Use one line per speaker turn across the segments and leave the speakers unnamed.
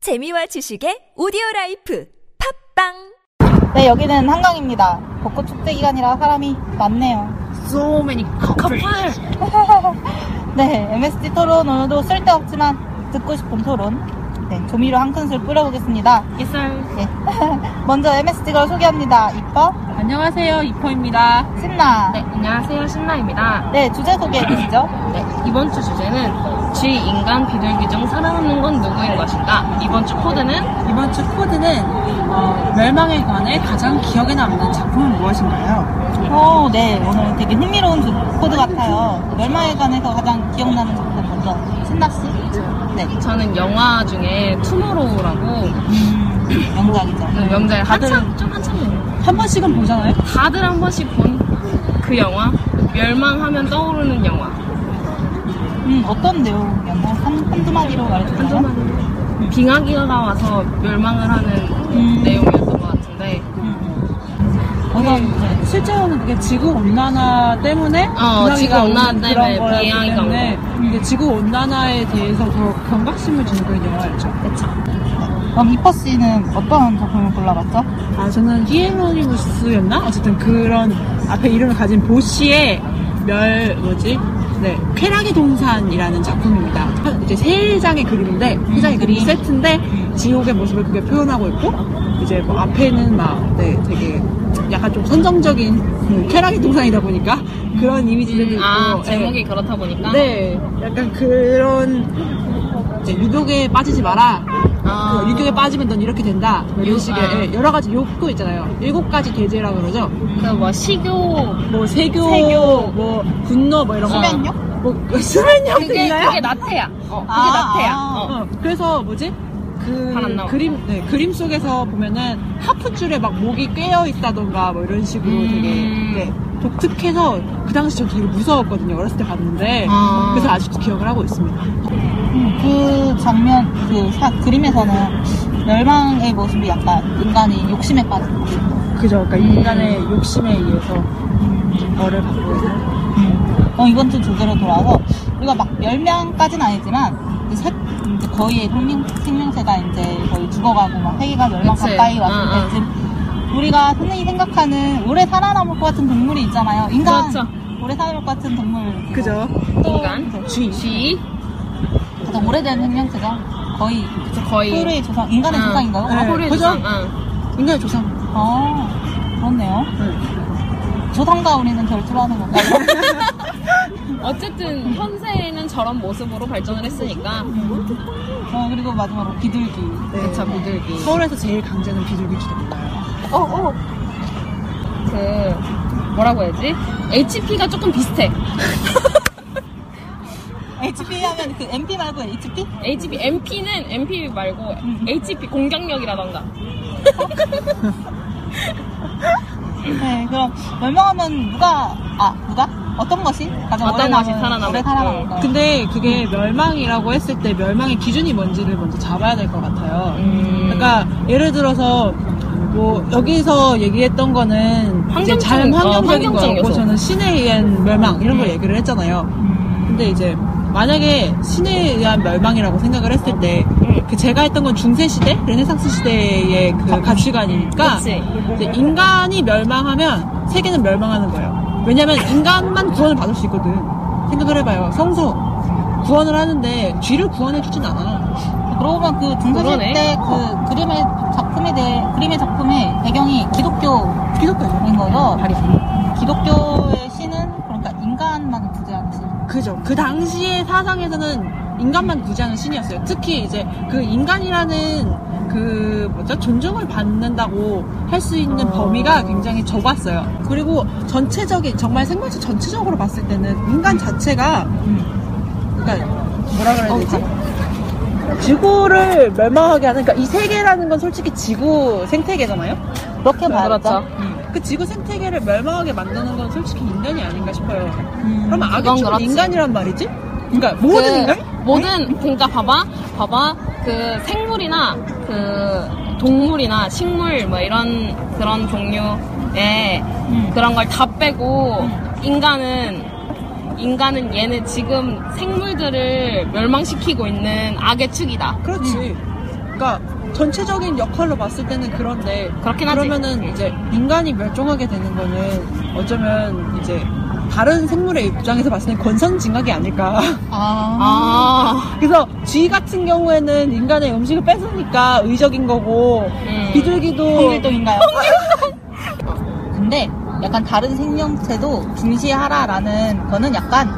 재미와 지식의 오디오 라이프 팝빵
네, 여기는 한강입니다. 벚꽃 축제 기간이라 사람이 많네요.
So many couple.
네, MSG 토론 오늘도 쓸데없지만 듣고 싶은 토론. 네, 조미료 한 큰술 뿌려보겠습니다.
햇살.
먼저 MSG 걸 소개합니다. 이뻐,
안녕하세요, 이포입니다.
신나.
네, 안녕하세요, 신나입니다.
네, 주제 소개해 주시죠.
네, 이번 주 주제는 쥐 인간 비둘기 중 살아남는 건 누구인 것인가? 이번 주 코드는
이번 주 코드는 어, 멸망에 관해 가장 기억에 남는 작품은 무엇인가요?
오, 네, 오늘 되게 흥미로운 주, 코드 같아요. 멸망에 관해서 가장 기억나는 작품 먼저. 신나 씨? 네,
저는 영화 중에 투모로우라고 그
음, 명작이죠.
명작에
다들-
네. 한참 좀 한참 된
한 번씩은 보잖아요.
다들 한 번씩 본 그 영화 멸망하면 떠오르는 영화
음, 어떤 내용이었나? 한, 한두 마디로 말해주세요.
한동안 빙하기가 와서 멸망을 하는
음.
내용이었던 것 같은데
음,
그래서 이제 실제로는 그게 지구 온난화 때문에
어,
빙하기가
지구 온난화
오는
때문에
그런 거였기
빙하기가 온
때문에 이게 지구 온난화에 대해서 더 경각심을 주는 영화였죠.
그럼 이뻐 씨는 어떤 작품을 골라봤죠?
아 저는 히에로니무스였나 어쨌든 그런 앞에 이름을 가진 보시의 멸 뭐지 네 쾌락의 동산이라는 작품입니다. 이제 세 장의 그림인데 세 장의 그림
음.
세트인데 지옥의 모습을 그게 표현하고 있고 이제 뭐 앞에는 막네 되게 약간 좀 선정적인 그 쾌락의 동산이다 보니까 그런 이미지들이 있고
아
네.
제목이 그렇다 보니까
네 약간 그런 이제 유독에 빠지지 마라
아.
그 유교에 빠지면 넌 이렇게 된다. 뭐 이런
욕,
식의
아.
예, 여러 가지 욕구 있잖아요. 일곱 가지 대제라고 그러죠.
그러니까 그뭐 식요
뭐 세교,
세교.
뭐 분노, 뭐 이런 거.
수면요?
뭐 수면욕도
그게
있나요?
그게 나태야. 어, 그게
아,
나태야.
아.
어.
어, 그래서 뭐지?
잘안
그
나와.
그림 네, 그림 속에서 보면은 하프줄에 막 목이 꿰어 있다던가 뭐 이런 식으로
음.
되게 네, 독특해서 그 당시 저 되게 무서웠거든요 어렸을 때 봤는데
아.
그래서 아직도 기억을 하고 있습니다.
음, 그 장면, 그 사, 그림에서는 멸망의 모습이 약간 인간이 욕심에 빠진 모습.
그죠? 그러니까 인간의
음.
욕심에 의해서 벌을 받고 있는.
어, 이번 주 주제로 돌아와서 우리가 막 멸망까지는 아니지만 이제 새, 이제 거의 생명, 생명체가 이제 거의 죽어가고 막 세계가 멸망
그치.
가까이
아,
왔을
아.
때쯤 우리가 흔히 생각하는 오래 살아남을 것 같은 동물이 있잖아요. 인간
그렇죠.
오래 살아남을 것 같은 동물
그죠?
인간
쥐.
쥐
가장 오래된 생명체죠. 거의
거의 아,
포유류의 조상, 인간의
응.
조상인가요?
네.
포유류
그죠?
조상. 응.
인간의 조상.
아, 그렇네요. 조상과 우리는 결투하는 건가?
어쨌든 현세에는 저런 모습으로 발전을 했으니까
어, 그리고 마지막으로 비둘기.
음. 그쵸 비둘기.
서울에서 제일 강제는 비둘기 주도입니다.
어, 어.
그 뭐라고 해야지? HP가 조금 비슷해.
HP 하면 그 MP 말고 HP?
HP MP는 MP 말고
음.
HP 공격력이라던가.
네, 그럼 멸망하면 누가, 아, 누가? 어떤 것이 가장
어떤
오래
것이
남은-
살아남을-
오래 살아남을
어.
거예요?
근데 그게 멸망이라고 했을 때 멸망의 기준이 뭔지를 먼저 잡아야 될 것 같아요.
음,
그러니까 예를 들어서 뭐 여기서 얘기했던 거는 이제
환경적-
자연
어,
환경적인
환경적
거였고
요소.
저는 신에 의한 멸망 이런 걸 얘기를 했잖아요. 근데 이제 만약에 신에 의한 멸망이라고 생각을 했을 때
음.
그 제가 했던 건 중세 시대, 르네상스 시대의 그 가치관이니까
그치.
이제 인간이 멸망하면 세계는 멸망하는 거예요. 왜냐면 인간만 구원을 받을 수 있거든. 생각을 해봐요. 성소 구원을 하는데 쥐를 구원해 주진 않아.
그러고 보면 그
그러네.
중세시대 때 그 그림의 작품에 대해, 그림의 작품의 배경이 기독교인
기독교죠.
거죠.
다리.
기독교의 신은 그러니까 인간만 구제하는 신.
그죠. 그 당시의 사상에서는 인간만 구제하는 신이었어요. 특히 이제 그 인간이라는 그 뭐죠 존중을 받는다고 할 수 있는 범위가 굉장히 좁았어요. 그리고 전체적인 정말 생물체 전체적으로 봤을 때는 인간 자체가 그러니까
뭐라 그래야 되지?
지구를 멸망하게 하는 그러니까 이 세계라는 건 솔직히 지구 생태계잖아요.
그렇게 봐야죠.
그렇죠.
그 지구 생태계를 멸망하게 만드는 건 솔직히 인간이 아닌가 싶어요.
음.
그러면
그건
악의 축은
그렇지.
인간이란 말이지? 그러니까 모든
그
인간?
모든 그러니까 봐봐 봐봐 그 생물이나 그 동물이나 식물 뭐 이런 그런 종류의
음.
그런 걸 다 빼고 인간은 인간은 얘는 지금 생물들을 멸망시키고 있는 악의 축이다.
그렇지. 그러니까 전체적인 역할로 봤을 때는 그런데
음. 그렇긴 하지.
그러면은
예.
이제 인간이 멸종하게 되는 거는 어쩌면 이제 다른 생물의 입장에서 봤을 때 권선징악이 아닐까.
아.
아,
그래서 쥐 같은 경우에는 인간의 음식을 뺏으니까 의적인 거고
음.
비둘기도
홍길동인가요? 근데 약간 다른 생명체도 중시하라라는 거는 약간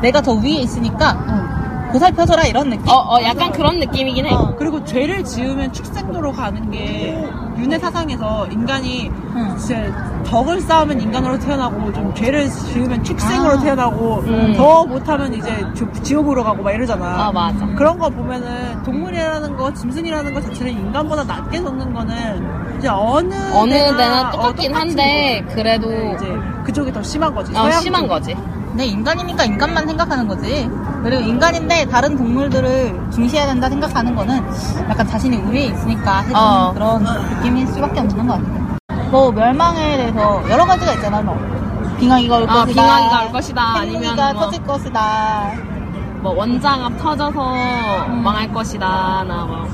내가 더 위에 있으니까 보살펴줘라 이런 느낌?
어, 어, 약간 그런 느낌이긴 해.
어, 그리고 죄를 지으면 축생도로 가는 게 윤회 사상에서 인간이
응.
이제 덕을 쌓으면 인간으로 태어나고 좀 죄를 지으면 축생으로
아.
태어나고
음.
더 못하면 이제 주- 지옥으로 가고 막 이러잖아.
아, 맞아.
그런 거 보면은 동물이라는 거, 짐승이라는 거 자체는 인간보다 낮게 섰는 거는 이제 어느
어느
데나,
데나
어,
똑같긴
똑같은
한데,
거지.
그래도,
근데 이제 그쪽이 더 심한 거지.
어,
서양
심한
쪽.
거지.
근데 인간이니까 인간만 생각하는 거지. 그리고 인간인데 다른 동물들을 중시해야 된다 생각하는 거는 약간 자신이 우위에 있으니까 해주는
어.
그런 느낌일 수밖에 없는 것 같아요. 뭐 멸망에 대해서 여러 가지가 있잖아. 뭐 빙하기가 올 것이다.
아, 빙하기가 올 것이다.
팽이가
아니면 뭐-
터질 것이다.
뭐, 원자가 터져서
음.
망할 것이다, 나 뭐.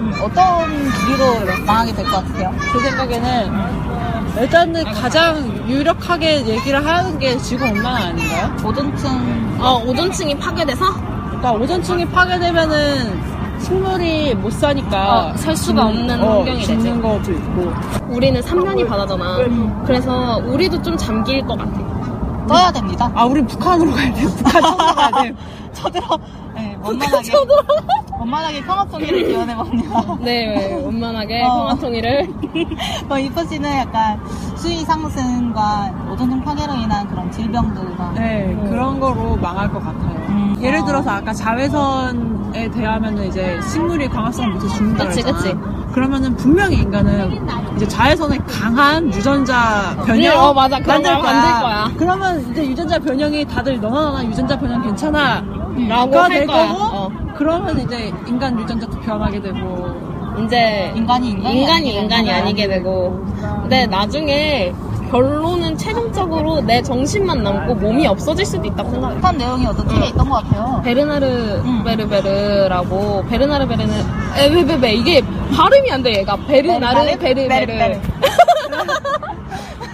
음, 어떤 위로 망하게 될 것 같아요?
제 생각에는 일단은 가장 유력하게 얘기를 하는 게 지구 온난화 아닌가요?
오존층
어, 오존층이 파괴돼서?
그러니까 오존층이 파괴되면은 식물이 못 사니까
어, 살 수가 없는
어,
환경이 되지.
죽는 것도 있고
우리는 3년이 바다잖아. 그래서 우리도 좀 잠길 것 같아.
떠야 됩니다.
아 우리 북한으로 가야 돼요 북한 처음 가야 돼요
쳐들어. 네, 원만하게. 원만하게 평화통일을 기원해봅니다.
네, 원만하게
어.
통화통일을.
뭐 이퍼 씨는 약간 수위 상승과 오존층 파괴로 인한 그런 질병도 막
네 그런 거로 망할 것 같아요
음.
예를 들어서 아까 자외선에 대하면은 이제 식물이 광합성 못해 죽는다
그치,
그랬잖아 그러면은 분명히 인간은 이제 자외선에 강한 유전자 변형
어, 맞아. 그런 거 만들 거야.
그러면 이제 유전자 변형이 다들 너나 나 유전자 변형 괜찮아
음, 라고
그거
할
될
거야.
거고
어.
그러면 이제 인간 유전자도 변하게 되고
이제
인간이 인간이,
인간이
아니게
인간이
되는
아니게 되고 근데 나중에 결론은 최종적으로 내 정신만 남고 몸이 없어질 수도 있다고 생각해
비슷한 내용이 어떤 책에 있던 것 같아요.
베르나르
음.
베르베르라고 베르나르 베르는 에베베베 이게 발음이 안 돼 얘가 베르나르
베르, 베르,
베르베르
베르.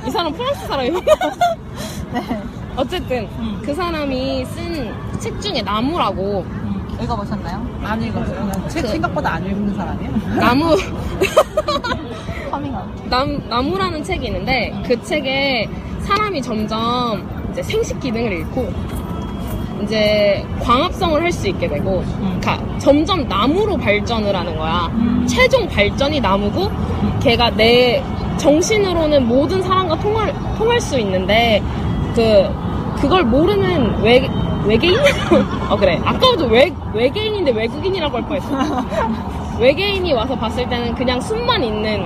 이 사람 프랑스 사람이야
네.
어쨌든
음.
그 사람이 쓴 책 중에 나무라고
음, 읽어보셨나요?
안 읽어요. 책
그-
생각보다 안 읽는 사람이에요.
나무
커밍아웃.
남, 나무라는 책이 있는데 그 책에 사람이 점점 이제 생식 기능을 잃고 이제 광합성을 할 수 있게 되고
음.
가- 점점 나무로 발전을 하는 거야. 최종 발전이 나무고 걔가 내 정신으로는 모든 사람과 통할, 통할 수 있는데 그 그걸 모르는 외 외계인? 어 그래 아까부터 외 외계인인데 외국인이라고 할 뻔했어. 외계인이 와서 봤을 때는 그냥 숨만 있는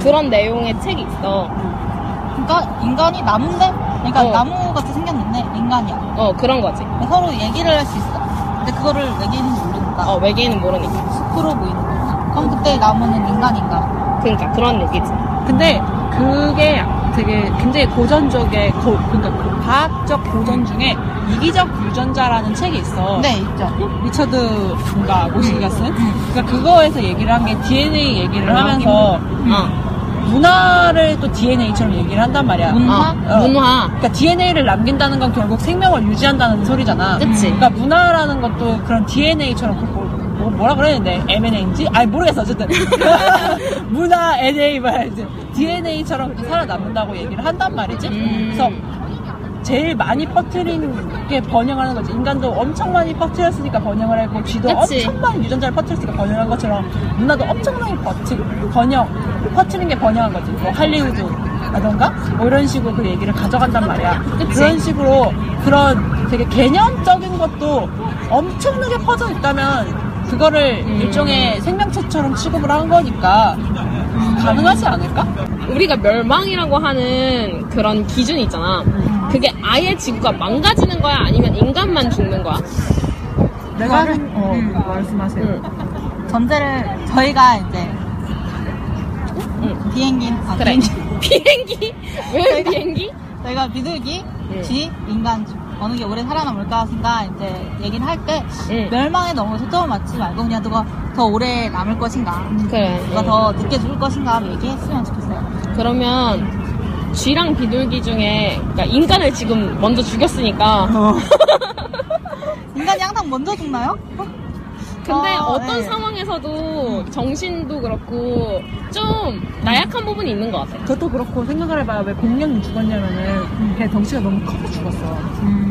그런 내용의 책이 있어.
그러니까 인간이 나무인데, 그러니까
어.
나무 같이 생겼는데 인간이야. 그러니까
어, 그런 거지.
서로 얘기를 할 수 있어. 근데 그거를 외계인은 모르니까
어, 외계인은 모르니까.
숲으로 보이는 거야. 그럼 그때 나무는 인간인가?
그러니까 그런 얘기지.
근데 그게 되게 굉장히 고전적의 고, 그러니까 그 과학적 고전 중에 이기적 유전자라는 책이 있어.
네 있죠.
그 리처드 뭔가
음.
모시기가 쓴. 그러니까 그거에서 얘기를 한 게 DNA 얘기를 하면서
아, 어,
문화를 또 DNA처럼 얘기를 한단 말이야.
문화?
어, 문화.
그러니까 DNA를 남긴다는 건 결국 생명을 유지한다는 소리잖아.
그치.
그러니까 문화라는 것도 그런 DNA처럼 뭐, 뭐, 뭐라 그랬는데 MNA인지? 아니 모르겠어 어쨌든 문화 NA 말이지 DNA처럼 살아남는다고 얘기를 한단 말이지.
음.
그래서 제일 많이 퍼뜨린 게 번영하는 거지. 인간도 엄청 많이 퍼뜨렸으니까 번영을 했고, 쥐도
그치.
엄청 많이 유전자를 퍼뜨렸으니까 번영한 것처럼, 문화도 엄청 많이 퍼뜨, 번영, 퍼뜨린 게 번영한 거지. 뭐, 할리우드라던가? 뭐 이런 식으로 그 얘기를 가져간단 말이야.
그치.
그런 식으로, 그런 되게 개념적인 것도 엄청나게 퍼져 있다면, 그거를
음.
일종의 생명체처럼 취급을 한 거니까, 가능하지 않을까?
우리가 멸망이라고 하는 그런 기준이 있잖아. 그게 아예 지구가 망가지는 거야? 아니면 인간만 죽는 거야?
내가,
말을-
생- 어,
음.
말씀하세요.
전제를 저희가 이제
응.
비행기 아,
음. 그래.
비행기
비행기? 왜 비행기?
저희가 비둘기,
예.
쥐, 인간 중 어느 게 오래 살아남을까 하신가 이제 얘기를 할 때
예.
멸망에 너무 초점을 맞지 말고 그냥 누가 더 오래 남을 것인가
그래.
누가 더 늦게 죽을 것인가 얘기했으면 좋겠어요
그러면 쥐랑 비둘기 중에 그러니까 인간을 지금 먼저 죽였으니까
어.
인간이 항상 먼저 죽나요?
근데
어,
어, 떤
네.
상황에서도 정신도 그렇고 좀
음.
나약한 부분이 있는 것 같아요.
그것도 그렇고 생각을 해봐요. 왜 공룡이 죽었냐면은 걔 덩치가 너무 커서 죽었어.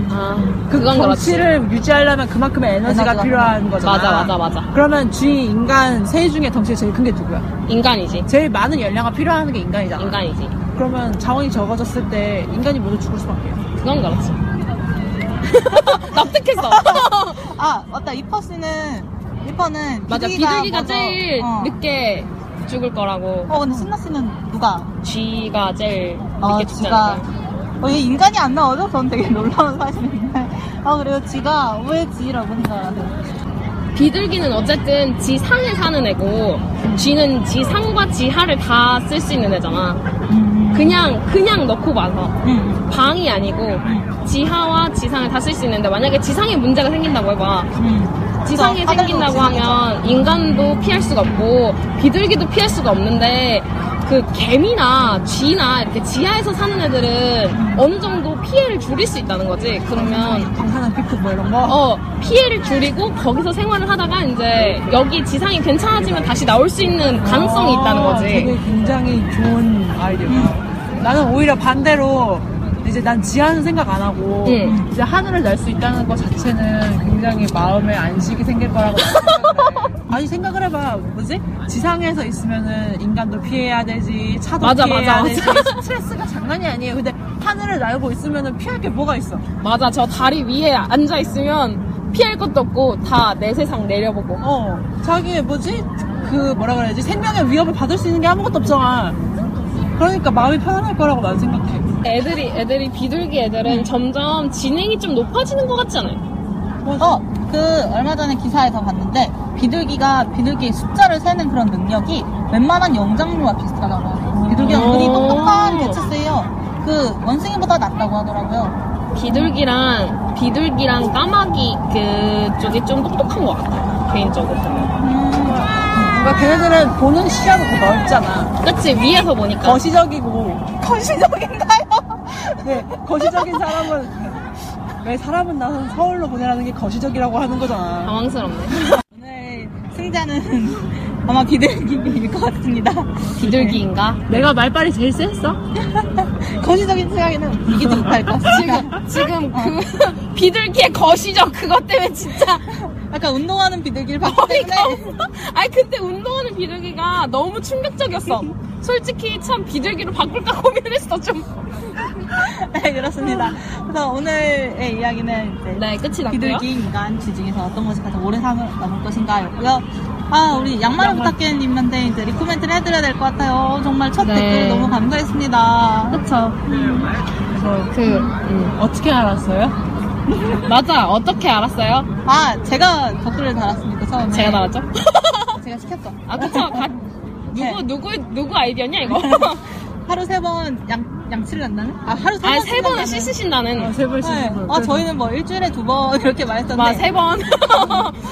아,
그
그건 그렇지.
덩치를 유지하려면 그만큼의 에너지가
에너지가
필요한 거잖아.
맞아, 맞아, 맞아.
그러면 쥐 인간 새 중에 덩치가 제일 큰 게 누구야?
인간이지.
제일 많은 열량이 필요한 게 인간이잖아.
인간이지.
그러면 자원이 적어졌을 때 인간이 먼저 죽을 수밖에.
그건 그렇지. 납득했어.
아 맞다 리퍼 씨는 리퍼는
맞아.
비둘기가,
비둘기가
먼저-
제일
어.
늦게 죽을 거라고.
어 근데 신나 씨는 누가
쥐가 제일
아,
늦게 죽지
쥐가.
않을까.
어, 얘 인간이 안 나오죠? 전 되게 놀라운 사실인데. 아, 그래요? 쥐가 왜 쥐라고 생각하는데.
비둘기는 어쨌든 지 상에 사는 애고 쥐는 지 상과 지 하를 다 쓸 수 있는 애잖아. 그냥 그냥 넣고 봐서
음.
방이 아니고 지하와 지상을 다 쓸 수 있는데 만약에 지상에 문제가 생긴다고 해봐.
음.
지상에
그래서
생긴다고
하늘로
하면 인간도 피할 수가 없고 비둘기도 피할 수가 없는데 그 개미나 쥐나 이렇게 지하에서 사는 애들은 어느 정도 피해를 줄일 수 있다는 거지. 그러면
방사능 피크 뭐 이런 거.
어, 피해를 줄이고 거기서 생활을 하다가 이제 여기 지상이 괜찮아지면 다시 나올 수 있는 가능성이
아,
있다는
되게
거지. 음.
굉장히 좋은 아이디어다. 나는 오히려 반대로 이제 난 지하는 생각 안 하고
응.
이제 하늘을 날 수 있다는 것 자체는 굉장히 마음에 안식이 생길 거라고 생각을 해. 아니 생각을 해봐 뭐지? 지상에서 있으면은 인간도 피해야 되지 차도
맞아,
피해야
맞아,
되지
맞아.
스트레스가 장난이 아니에요 근데 하늘을 날고 있으면은 피할 게 뭐가 있어
맞아, 저 다리 위에 앉아 있으면 피할 것도 없고 다 내 세상 내려보고.
어 자기의 뭐지? 그 뭐라 그래야지 생명의 위협을 받을 수 있는 게 아무것도 없잖아 그러니까 마음이 편안할 거라고 난 생각해
애들이 애들이 비둘기
음.
애들은 점점 지능이 좀 높아지는 것 같지 않아요?
어, 그, 얼마 전에 기사에서 봤는데, 비둘기가, 비둘기의 숫자를 세는 그런 능력이 웬만한 영장류와 비슷하다고 하네요. 비둘기가
오.
은근히 똑똑한 개체수예요. 그, 원숭이보다 낫다고 하더라고요.
비둘기랑 비둘기랑 까마귀 그 쪽이 좀 똑똑한 것 같아요. 개인적으로 보면.
음,
뭔가 그러니까 걔네들은 보는 시야도 더 넓잖아.
그치 위에서 보니까.
어, 거시적이고.
건시적인가요?
네, 거시적인 사람은. 왜 사람은 나선 서울로 보내라는 게 거시적이라고 하는 거잖아.
당황스럽네.
오늘 승자는 아마 비둘기일 것 같습니다.
비둘기인가?
내가 말빨이 제일 셌어?
건시적인 생각에는 이기지 못할 것 같습니다.
지금 그 비둘기의 거시적 그것 때문에 진짜
약간 운동하는 비둘기를 봤기
어이가
때문에
없어. 아니 근데 운동하는 비둘기가 너무 충격적이었어. 솔직히 참 비둘기로 바꿀까 고민했어 좀.
네, 그렇습니다. 그래서 오늘의 이야기는 이제
네 끝이 났고요.
비둘기 인간 쥐 중에서 어떤 것이 가장 오래 사 남을 것인가였고요. 아 우리 양말을 부탁해님한테 이제 리코멘트를 해드려야 될 것 같아요. 정말 첫
네.
댓글 너무 감사했습니다.
그쵸.
그래서
그 음.
어떻게 알았어요?
맞아. 어떻게 알았어요?
아 제가 댓글을 달았으니까 처음에
제가 나왔죠?
제가 시켰죠.
아 그쵸. 가,
네.
누구 누구 누구 아이디어냐 이거?
하루 세 번 양 양치를 한다는? 아 하루 세 번.
아니 세 번은
씻는다는?
어, 씻으신다는.
세벌
네. 아 저희는 뭐 일주일에 두 번 이렇게 말했었는데.
아, 와세 번.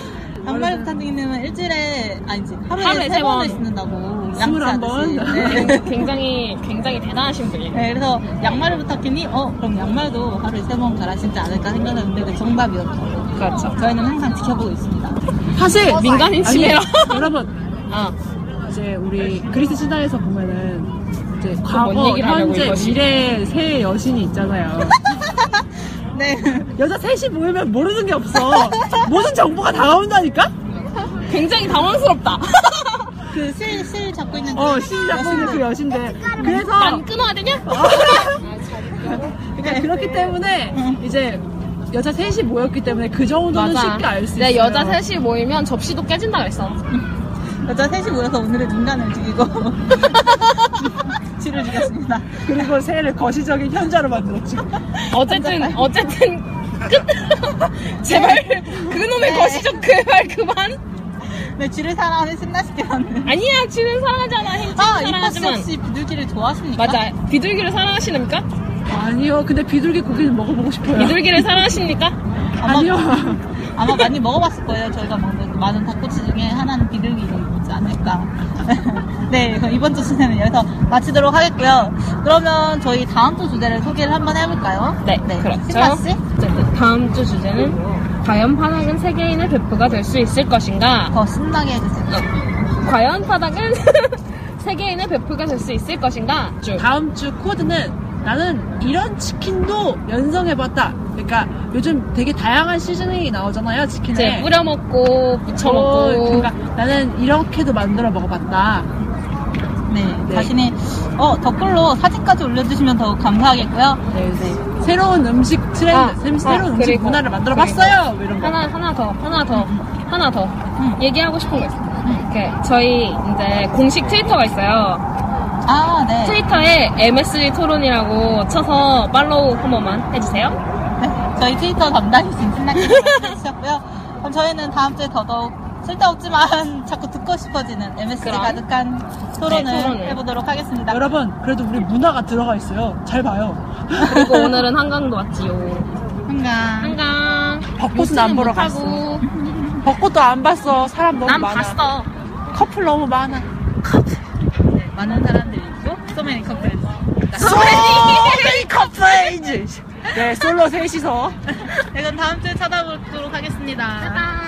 양말 부탁님은 일주일에 아니지 하루에,
하루에
세
세 번.
번을 신는다고
스물한
양치 아저씨.
번?
네.
굉장히 굉장히 대단하신 분이에요.
네, 그래서 양말을 부탁했니? 어 그럼 양말도 하루에 세 번 갈아 신지 않을까 생각했는데 그 정답이었죠.
그렇죠.
저희는 항상 지켜보고 있습니다.
사실
민간인
아니,
침해라.
여러분,
아.
이제 우리 그리스 신화에서 보면은 이제 과거,
얘기를 하려고
현재,
이거지?
미래의 새 여신이 있잖아요.
네.
여자 셋이 모이면 모르는 게 없어. 모든 정보가 다 나온다니까?
굉장히 당황스럽다.
그실 실 잡고 있는
어, 신이라고 하는 그 여신데. 그래서 아,
난 끊어야 되냐?
네.
그러니까
네.
그렇기 때문에
음.
이제 여자 셋이 모였기 때문에 그 정도는 쉽게 알 수 있어요.
네, 여자 셋이 모이면 접시도 깨진다 그랬어.
여자 그렇죠. 셋이 모여서 오늘의 중간을 죽이고 쥐를 죽였습니다.
그리고 새를 거시적인 현자로 만들었죠.
어쨌든, 어쨌든, 끝! 네. 제발, 그놈의 거시적 그말 그만!
네 쥐를 사랑하는 신나시게하는.
아니야, 지는 사랑하잖아, 행진
아 이파씨
사랑하지만.
혹시 비둘기를 좋아하십니까?
맞아, 비둘기를 사랑하시니까?
아니요, 근데 비둘기 고기는 먹어보고 싶어요.
비둘기를 사랑하십니까?
아니요.
아마 많이 먹어봤을 거예요. 저희가 먹는 그 많은 닭꼬치 중에 하나는 비둘기이지 않을까. 네, 그럼 이번 주 주제는 여기서 마치도록 하겠고요. 그러면 저희 다음 주 주제를 소개를 한번 해볼까요?
네, 그렇죠.
신나 씨?
어쨌든 다음 주 주제는 과연 파닭은 세계인의 베프가 될 수 있을 것인가?
더 신나게 해주세요.
네. 과연 파닭은 세계인의 베프가 될 수 있을 것인가? 쭉.
다음 주 코드는 나는 이런 치킨도 연성해봤다. 그러니까 요즘 되게 다양한 시즈닝이 나오잖아요,
이제
치킨에.
뿌려 먹고 부쳐
네. 어,
먹고
그러니까 나는 이렇게도 만들어 먹어봤다.
네,
네.
자신의 어, 댓글로 사진까지 올려주시면 더욱 감사하겠고요.
네, 새로운 음식 트렌드,
아,
새-
아,
새로운 음식
그리고, 그리고.
문화를 만들어봤어요. 이런 거.
하나 하나 더 하나 더 하나 더
음.
얘기하고 싶은 거 있어. 이렇게 저희 이제 공식 트위터가 있어요.
아, 네.
트위터에 MSG 토론이라고 쳐서 팔로우 한 번만 해주세요.
네, 저희 트위터 담당이신 신나게 해주셨고요. 그럼 저희는 다음 주에 더더욱 쓸데없지만 자꾸 듣고 싶어지는 MSG
그럼.
가득한 토론을,
네, 토론을.
해보도록 하겠습니다.
여러분, 그래도 우리 문화가 들어가 있어요. 잘 봐요.
그리고 오늘은 한강도 왔지요.
한강.
한강
벚꽃은 안 보러
못하고
벚꽃도 안 봤어. 사람 너무
난
많아.
봤어.
커플 너무 많아.
많은 사람들이 있고, so many couples.
소리 커플! 네, 솔로 셋이서.
네, 그럼 다음 주에 찾아뵙도록 하겠습니다.
짠.